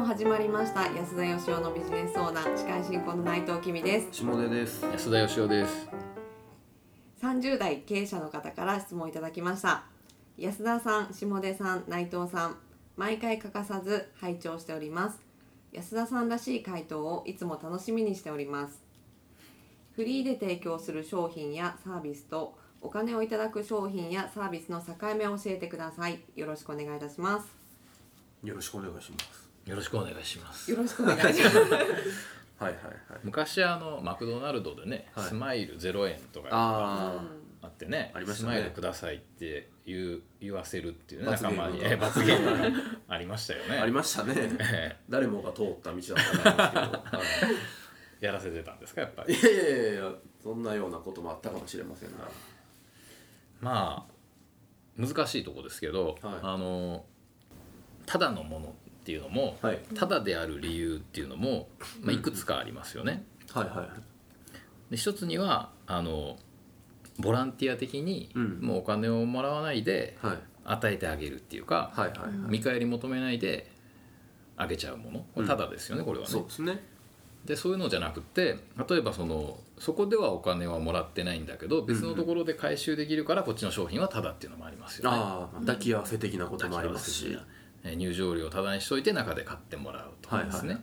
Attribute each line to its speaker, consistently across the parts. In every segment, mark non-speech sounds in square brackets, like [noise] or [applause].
Speaker 1: ました安田義雄のビジネス相談司会進行の内藤君です
Speaker 2: 下出です
Speaker 3: 安田義雄です。
Speaker 1: 30代経営者の方から質問いただきました安田さん下出さん内藤さん毎回欠かさず拝聴しております安田さんらしい回答をいつも楽しみにしておりますフリーで提供する商品やサービスとお金をいただく商品やサービスの境目を教えてくださいよろしくお願いいたしま
Speaker 2: よろしくお願いします
Speaker 3: よろしくお願いしますす
Speaker 1: よ。ろしくお願いします
Speaker 2: はいはいはい
Speaker 3: 昔あのマクドナルドでね、
Speaker 2: はい
Speaker 3: スマイルゼロ円とかあ
Speaker 2: あ
Speaker 3: ってね、
Speaker 2: ありまし
Speaker 3: ス
Speaker 2: たね
Speaker 3: マイルくださいって言う言わせるっていうね
Speaker 2: 罰
Speaker 3: 仲
Speaker 2: ゲーム
Speaker 3: 間にえ
Speaker 2: [laughs]
Speaker 3: ー罰ゲームがありましたよね。
Speaker 2: あありましたね
Speaker 3: え
Speaker 2: 誰もが通った道だったと思うんです
Speaker 3: ーやらせてたんですかやっぱ
Speaker 2: け
Speaker 3: り。
Speaker 2: ど [laughs] いやいやいやいやそんなようなこともあったかもしれませんが
Speaker 3: まあ難しいとこですけど、
Speaker 2: はい
Speaker 3: あのただのものっていうのも、
Speaker 2: はい
Speaker 3: ただである理由っていうのも、まあ、いくつかありますよね。
Speaker 2: はいはい
Speaker 3: で一つにはあのボランティア的に、
Speaker 2: うん
Speaker 3: もうお金をもらわないで
Speaker 2: はい
Speaker 3: 与えてあげるっていうか、
Speaker 2: はいはいはい
Speaker 3: 見返り求めないであげちゃうものこれただですよね、これはね
Speaker 2: そうですね
Speaker 3: でそういうのじゃなくて例えばそのそこではお金はもらってないんだけど別のところで回収できるからこっちの商品はただっていうのもありますよね、
Speaker 2: ああ抱き合わせ的なこともありますし
Speaker 3: えー入場料をただにしといて中で買ってもらうとかですね、
Speaker 2: はいは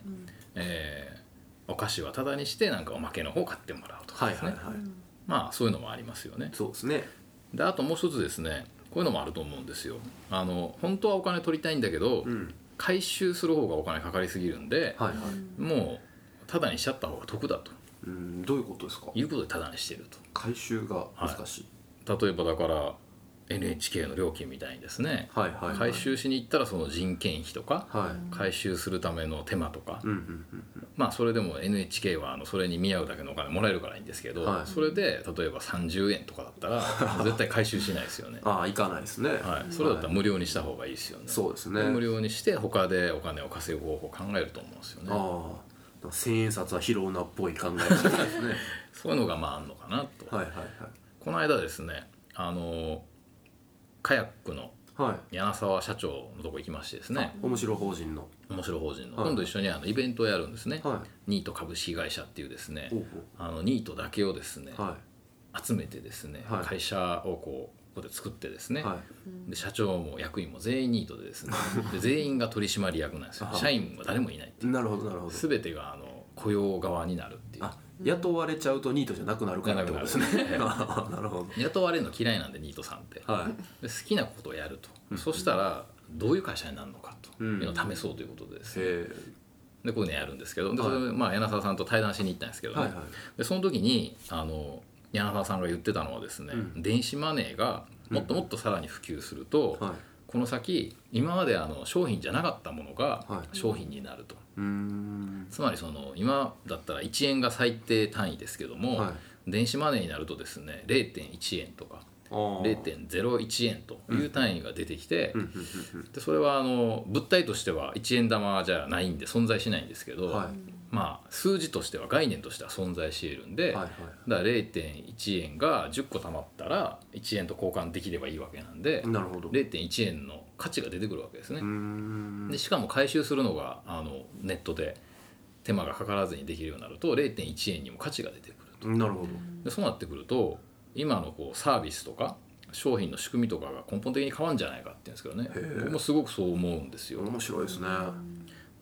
Speaker 3: えーお菓子はただにしてなんかおまけの方を買ってもらうとか
Speaker 2: は
Speaker 3: で
Speaker 2: い
Speaker 3: すね、
Speaker 2: はいはい
Speaker 3: まあそういうのもありますよね
Speaker 2: そうですね
Speaker 3: であともう一つですねこういうのもあると思うんですよあの本当はお金取りたいんだけど、
Speaker 2: うん
Speaker 3: 回収する方がお金かかりすぎるんで、
Speaker 2: はいはい
Speaker 3: もうただにしちゃった方が得だと
Speaker 2: うんどういうことですか
Speaker 3: いうことでただにしてる
Speaker 2: 回収が難しい
Speaker 3: と例えばだから NHK の料金みたいにですね、
Speaker 2: はいはいはい
Speaker 3: 回収しに行ったらその人件費とか、
Speaker 2: はい
Speaker 3: 回収するための手間とか、
Speaker 2: うんうんうん
Speaker 3: まあそれでも NHK はあのそれに見合うだけのお金もらえるからいいんですけど、
Speaker 2: はい
Speaker 3: それで例えば30円とかだった
Speaker 2: [laughs]
Speaker 3: ら絶対回収しないですよね。
Speaker 2: ああ行かないですね
Speaker 3: はい、それだったら無料にした方がいいですよね。
Speaker 2: そうですね
Speaker 3: で無料にして他でお金を稼ぐ方法を考えると思うんですよね。
Speaker 2: ああ千円札は拾うなっぽい考え方です
Speaker 3: [laughs]
Speaker 2: ね
Speaker 3: そういうのがまああんのかなと。
Speaker 2: はいはい
Speaker 3: この間ですね、あのカヤックの
Speaker 2: はいはい
Speaker 3: 柳沢社長のとこ行きましてですね、
Speaker 2: 面白法人の
Speaker 3: 面白法人の、
Speaker 2: はい
Speaker 3: 今度一緒にあのイベントをやるんですね。
Speaker 2: は
Speaker 3: ニート株式会社っていうですね
Speaker 2: い、おう
Speaker 3: あのニートだけをですね、
Speaker 2: おうは
Speaker 3: 集めてですね、
Speaker 2: はい
Speaker 3: 会社をこうここで作ってです
Speaker 2: い
Speaker 3: ね、
Speaker 2: は
Speaker 3: で社長も役員も全員ニートでですね
Speaker 2: [laughs]
Speaker 3: で全員が取締役なんですよ
Speaker 2: あ
Speaker 3: 社員は誰もいないって
Speaker 2: いなるほどなるほど
Speaker 3: 全てがあの雇用側になるっていう
Speaker 2: あ雇われちゃうとニートじゃなくなるからって
Speaker 3: [laughs]
Speaker 2: ことですね [laughs] ああなるほど
Speaker 3: 雇われるの嫌いなんでニートさんって
Speaker 2: はい
Speaker 3: で好きなことをやると、そしたらどういう会社になるのかというのを試そうということでですね、
Speaker 2: え
Speaker 3: でこういうのやるんですけどで
Speaker 2: はい
Speaker 3: それでまあ、柳沢さんと対談しに行ったんですけど
Speaker 2: ー、
Speaker 3: ね、
Speaker 2: はいはい
Speaker 3: でその時にあの柳沢さんが言ってたのはですね、
Speaker 2: うん
Speaker 3: 電子マネーがもっともっとさらに普及すると、
Speaker 2: はい
Speaker 3: この先今まであの商品じゃなかったものが
Speaker 2: はい
Speaker 3: 商品になると、
Speaker 2: うーん
Speaker 3: つまりその今だったら1円が最低単位ですけども、
Speaker 2: はい
Speaker 3: 電子マネーになるとですね0.1円とか
Speaker 2: あー
Speaker 3: 0.01円という単位が出てきて、
Speaker 2: うんうんうん
Speaker 3: でそれはあの物体としては1円玉じゃないんで存在しないんですけ
Speaker 2: う
Speaker 3: ど、
Speaker 2: んは
Speaker 3: まあ数字としては概念としては存在し得るんで、
Speaker 2: いはいはい
Speaker 3: だから0.1円が10個貯まったら1円と交換できればいいわけなんで、
Speaker 2: なるほどう
Speaker 3: 0.1円の価値が出てくるわけですね
Speaker 2: ー、ん
Speaker 3: でしかも回収するのがあのネットで手間がかからずにできるようになると0.1円にも価値が出てくる
Speaker 2: なるほど
Speaker 3: でそうなってくると今のこうサービスとか商品の仕組みとかが根本的に変わるんじゃないかっていうんですけどね
Speaker 2: へえ
Speaker 3: 僕もすごくそう思うんですよ
Speaker 2: 面白いですね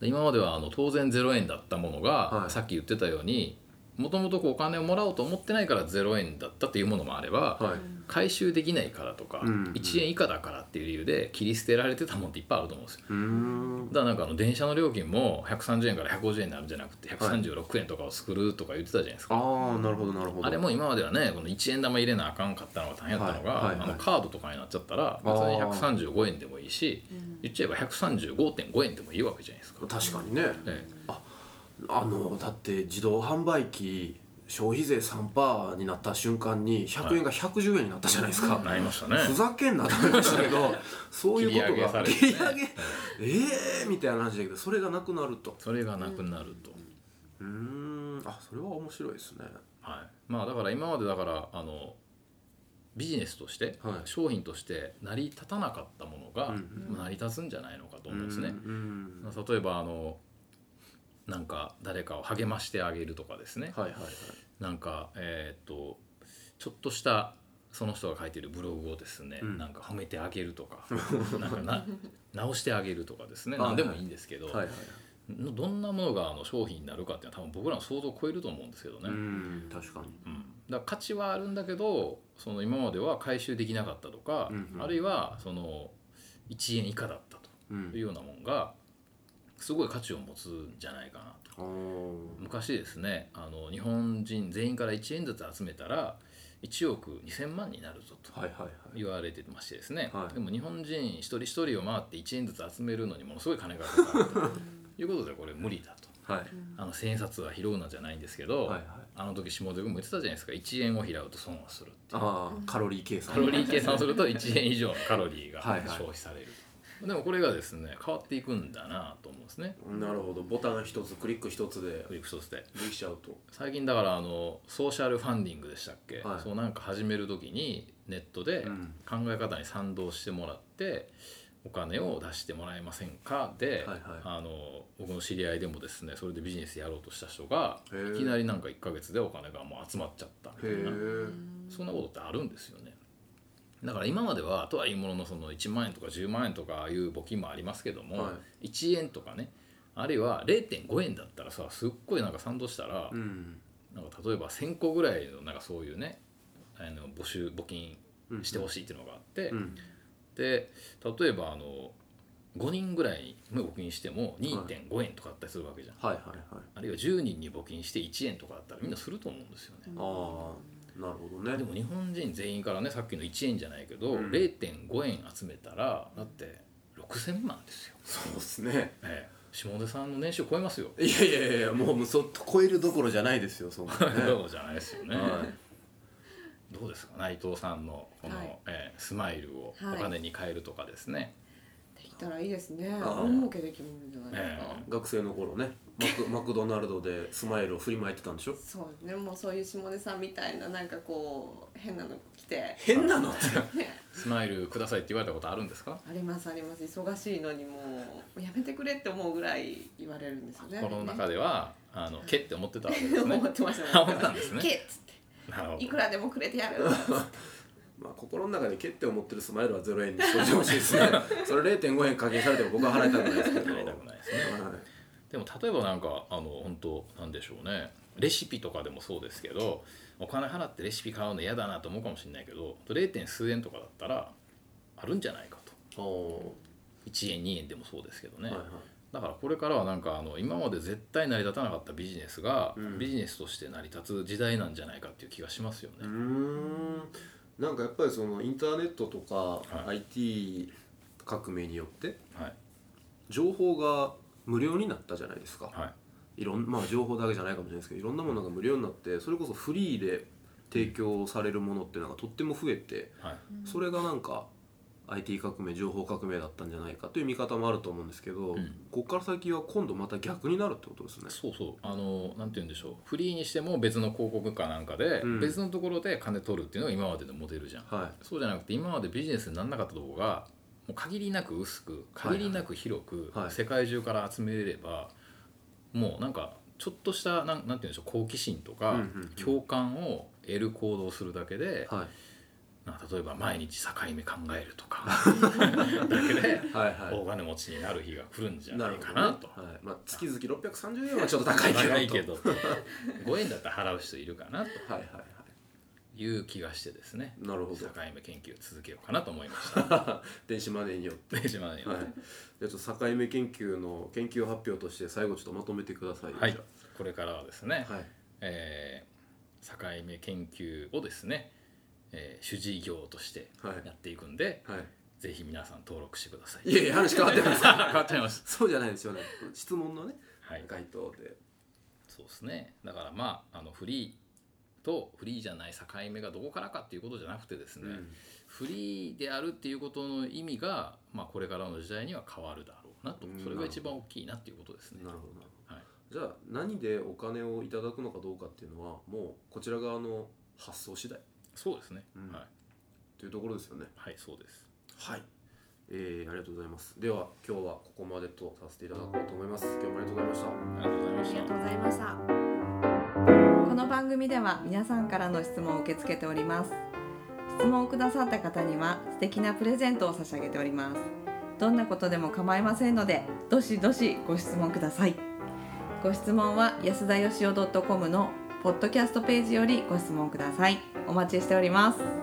Speaker 3: で今まではあの当然0円だったものが、
Speaker 2: はい
Speaker 3: さっき言ってたようにもともとお金をもらおうと思ってないから0円だったっていうものもあれば、
Speaker 2: はい
Speaker 3: 回収できないからとか、
Speaker 2: うん
Speaker 3: 1円以下だからっていう理由で切り捨てられてたもんっていっぱいあると思うんですよ
Speaker 2: うーん
Speaker 3: だからなんかあの電車の料金も130円から150円になるんじゃなくて136円とかを作るとか言ってたじゃないですか、
Speaker 2: ああなるほどなるほど
Speaker 3: あれも今まではねこの1円玉入れなあかんかったのが大変やったのが、
Speaker 2: はいはいはい
Speaker 3: あのカードとかになっちゃったら別
Speaker 2: あー
Speaker 3: に135円でもいいし言っちゃえば135.5円でもいいわけじゃないですか、
Speaker 2: 確かにね
Speaker 3: え
Speaker 2: あのだって自動販売機消費税3%になった瞬間に100円が110円になったじゃないですか、
Speaker 3: えなりましたね
Speaker 2: ふざけんなと思いましたけ
Speaker 3: [laughs]
Speaker 2: どそういうことが
Speaker 3: 切り上げされてね
Speaker 2: 切り上げええー、みたいな話だけどそれがなくなると
Speaker 3: それがなくなると、
Speaker 2: うーんあそれは面白いですね
Speaker 3: はい、まあだから今までだからあのビジネスとして、
Speaker 2: はい
Speaker 3: 商品として成り立たなかったものが、
Speaker 2: うん
Speaker 3: 成り立つんじゃないのかと思うんです
Speaker 2: う
Speaker 3: ね。
Speaker 2: ん
Speaker 3: 例えばあのなんか誰かを励ましてあげるとかですね、
Speaker 2: はいはいはい
Speaker 3: なんかえーっとちょっとしたその人が書いてるブログをですね、
Speaker 2: うん
Speaker 3: なんか褒めてあげるとかなんかな直してあげるとかですね
Speaker 2: はいは
Speaker 3: 何
Speaker 2: い
Speaker 3: でもいいんですけど、
Speaker 2: はいはい
Speaker 3: どんなものがあの商品になるかっていうのは多分僕らの想像を超えると思うんですけどね、
Speaker 2: う
Speaker 3: うん
Speaker 2: ん確かに
Speaker 3: だから価値はあるんだけどその今までは回収できなかったとか、
Speaker 2: うんうん
Speaker 3: あるいはその1円以下だった
Speaker 2: う
Speaker 3: というんようなもんがすごい価値を持つんじゃないかなと。
Speaker 2: おー
Speaker 3: 昔ですねあの日本人全員から1円ずつ集めたら1億2000万になるぞと
Speaker 2: はいはいはい
Speaker 3: 言われてましてですね、
Speaker 2: はい
Speaker 3: でも日本人一人一人を回って1円ずつ集めるのにものすごい金がかかるということでこれ無理だと
Speaker 2: はい
Speaker 3: あの千円札は拾うなじゃないんですけ
Speaker 2: は
Speaker 3: ど、
Speaker 2: いはい
Speaker 3: あの時下出君も言ってたじゃないですか1円を拾うと損をするっていう
Speaker 2: ああカロリー計算
Speaker 3: カロリー計算すると1円以上のカロリーが
Speaker 2: はいはい
Speaker 3: 消費される、でもこれがですね変わっていくんだなと思うんですね
Speaker 2: なるほどボタン一つクリック一つで
Speaker 3: クリック一つで。
Speaker 2: できちゃうと
Speaker 3: 最近だからあのソーシャルファンディングでしたっけ、
Speaker 2: はい
Speaker 3: そうなんか始める時にネットで
Speaker 2: うん
Speaker 3: 考え方に賛同してもらってお金を出してもらえませんかで、
Speaker 2: はいはい
Speaker 3: あの僕の知り合いでもですねそれでビジネスやろうとした人が
Speaker 2: へー
Speaker 3: いきなりなんか1ヶ月でお金がもう集まっちゃったみたいな
Speaker 2: へ
Speaker 3: そんなことってあるんですよね。だから今まではとはいうもののその1万円とか10万円とかいう募金もありますけども、
Speaker 2: は
Speaker 3: 1円とかねあるいは0.5円だったらさすっごいなんか賛同したら、
Speaker 2: うん
Speaker 3: なんか例えば1,000個ぐらいのなんかそういうねあの募集募金してほしいっていうのがあって、
Speaker 2: うん
Speaker 3: で例えばあの5人ぐらいに募金しても2.5円とかあったりするわけじゃん、
Speaker 2: はいはいはい
Speaker 3: あるいは10人に募金して1円とかあったらみんなすると思うんですよね。
Speaker 2: ああなるほどね
Speaker 3: でも日本人全員からねさっきの1円じゃないけど、
Speaker 2: うん
Speaker 3: 0.5円集めたらだって6,000万ですよ、
Speaker 2: そうですね
Speaker 3: ええ、下出さんの年収超えますよ、
Speaker 2: いやいやいやもうもうそっと超えるどころじゃないですよ [laughs] そんなね
Speaker 3: そうじゃないですよね、
Speaker 2: は
Speaker 3: どうですか内藤さんのこの、
Speaker 1: はい
Speaker 3: えースマイルを
Speaker 1: はい
Speaker 3: お金に変えるとかですね、
Speaker 1: できたらいいですね
Speaker 2: あ
Speaker 1: 大儲けできるんじゃないですか、
Speaker 3: え
Speaker 2: い学生の頃ねマクマクドナルドでスマイルを振りまいてたんでしょ
Speaker 1: そうですねもうそういう下出さんみたいななんかこう変なの来て
Speaker 2: 変なのっ
Speaker 1: [laughs]
Speaker 2: て
Speaker 1: ね
Speaker 3: スマイルくださいって言われたことあるんですか、
Speaker 1: ありますあります忙しいのにもうやめてくれって思うぐらい言われるんですよね
Speaker 3: この中ではあのけって思ってたわけですね
Speaker 1: [laughs] 思ってました
Speaker 3: あ [laughs] 思ったんですね
Speaker 1: けっつっ
Speaker 3: なるほ
Speaker 1: てい
Speaker 3: ど
Speaker 1: くらでもくれてやる
Speaker 2: まあ心の中で欠点を持ってるスマイルは0円にしておいてほしい [laughs] ですねそれ0.5円課金されても僕は払いたくないですけど
Speaker 3: なりたくないですね
Speaker 2: はい
Speaker 3: でも例えばなんかあの本当なんでしょうねレシピとかでもそうですけどお金払ってレシピ買うの嫌だなと思うかもしれないけど 0. 数円とかだったらあるんじゃないかと
Speaker 2: お
Speaker 3: 1円2円でもそうですけど
Speaker 2: ー
Speaker 3: ね、
Speaker 2: はいはい
Speaker 3: だからこれからはなんかあの今まで絶対成り立たなかったビジネスが、
Speaker 2: うん
Speaker 3: ビジネスとして成り立つ時代なんじゃないかっていう気がしますよね。
Speaker 2: うーんなんかやっぱりそのインターネットとか
Speaker 3: は
Speaker 2: IT 革命によって
Speaker 3: はい、
Speaker 2: 情報が無料になったじゃないですか、
Speaker 3: はい、
Speaker 2: いろんまあ情報だけじゃないかもしれないですけどいろんなものが無料になってそれこそフリーで提供されるものっていうのがとっても増えて
Speaker 3: はい、
Speaker 2: それがなんか IT 革命情報革命だったんじゃないかという見方もあると思うんですけど、
Speaker 3: うん
Speaker 2: ここから先は今度また逆になるってことですね。
Speaker 3: そうそうあのなんて言うんでしょうフリーにしても別の広告かなんかで、
Speaker 2: うん
Speaker 3: 別のところで金取るっていうのが今までのモデルじゃん。
Speaker 2: は
Speaker 3: そうじゃなくて今までビジネスにならなかったところがもう限りなく薄く限りなく広く、
Speaker 2: はいはい
Speaker 3: 世界中から集めれればもうなんかちょっとしたなんなんて言うんでしょう好奇心とか、
Speaker 2: うんうんうん
Speaker 3: 共感を得る行動をするだけで、
Speaker 2: い、はい
Speaker 3: なんか例えば毎日境目考えるとかだけで
Speaker 2: はいはい
Speaker 3: 大金持ちになる日が来るんじゃ
Speaker 2: な
Speaker 3: な
Speaker 2: る
Speaker 3: い
Speaker 2: ほ
Speaker 3: か
Speaker 2: ど、
Speaker 3: なと。
Speaker 2: はいまあ、月々630円はちょっと高いけど
Speaker 3: 高いけど5円だったら払う人いるかなと
Speaker 2: はいはいは
Speaker 3: いう気がしてですね
Speaker 2: いなるほ
Speaker 3: 境
Speaker 2: ど
Speaker 3: 目研究を続けようかなと思いました。 [laughs]
Speaker 2: [laughs] 電子マネーによって、
Speaker 3: 失礼します
Speaker 2: はい、じゃあちょっと境目研究の研究発表として最後ちょっとまとめてくださいよ
Speaker 3: はい
Speaker 2: じゃ、
Speaker 3: これからはですね、
Speaker 2: あはい
Speaker 3: えー境目研究をですね、えー主事業として
Speaker 2: はい
Speaker 3: やっていくんで、
Speaker 2: はい
Speaker 3: ぜひ皆さん登録してください。
Speaker 2: いやいや話変わってます [laughs]
Speaker 3: 変わっちゃいまし
Speaker 2: そうじゃないですよね質問のね
Speaker 3: た。はい、
Speaker 2: 回答で
Speaker 3: そうですね。だからまああのフリーとフリーじゃない境目がどこからかっていうことじゃなくてですね、
Speaker 2: うん
Speaker 3: フリーであるっていうことの意味が、まあ、これからの時代には変わるだろうなと
Speaker 2: うん
Speaker 3: それが一番大きいなっていうことですね。
Speaker 2: なるほどなる
Speaker 3: はい、
Speaker 2: ほどじゃあ何でお金をいただくのかどうかっていうのはもうこちら側の発想次第
Speaker 3: そうですね、
Speaker 2: うん
Speaker 3: はい、
Speaker 2: というところですよね
Speaker 3: はい、そうです。
Speaker 2: はいえー、ありがとうございますでは今日はここまでとさせていただこうと思います今日もありがとうございました
Speaker 3: ありがとうございま
Speaker 1: あ
Speaker 3: し
Speaker 1: りが
Speaker 3: た
Speaker 1: とうございましたこの番組では皆さんからの質問を受け付けております質問をくださった方には素敵なプレゼントを差し上げておりますどんなことでも構いませんのでどしどしご質問くださいご質問は安田よしお .com のポッドキャストページよりご質問くださいお待ちしております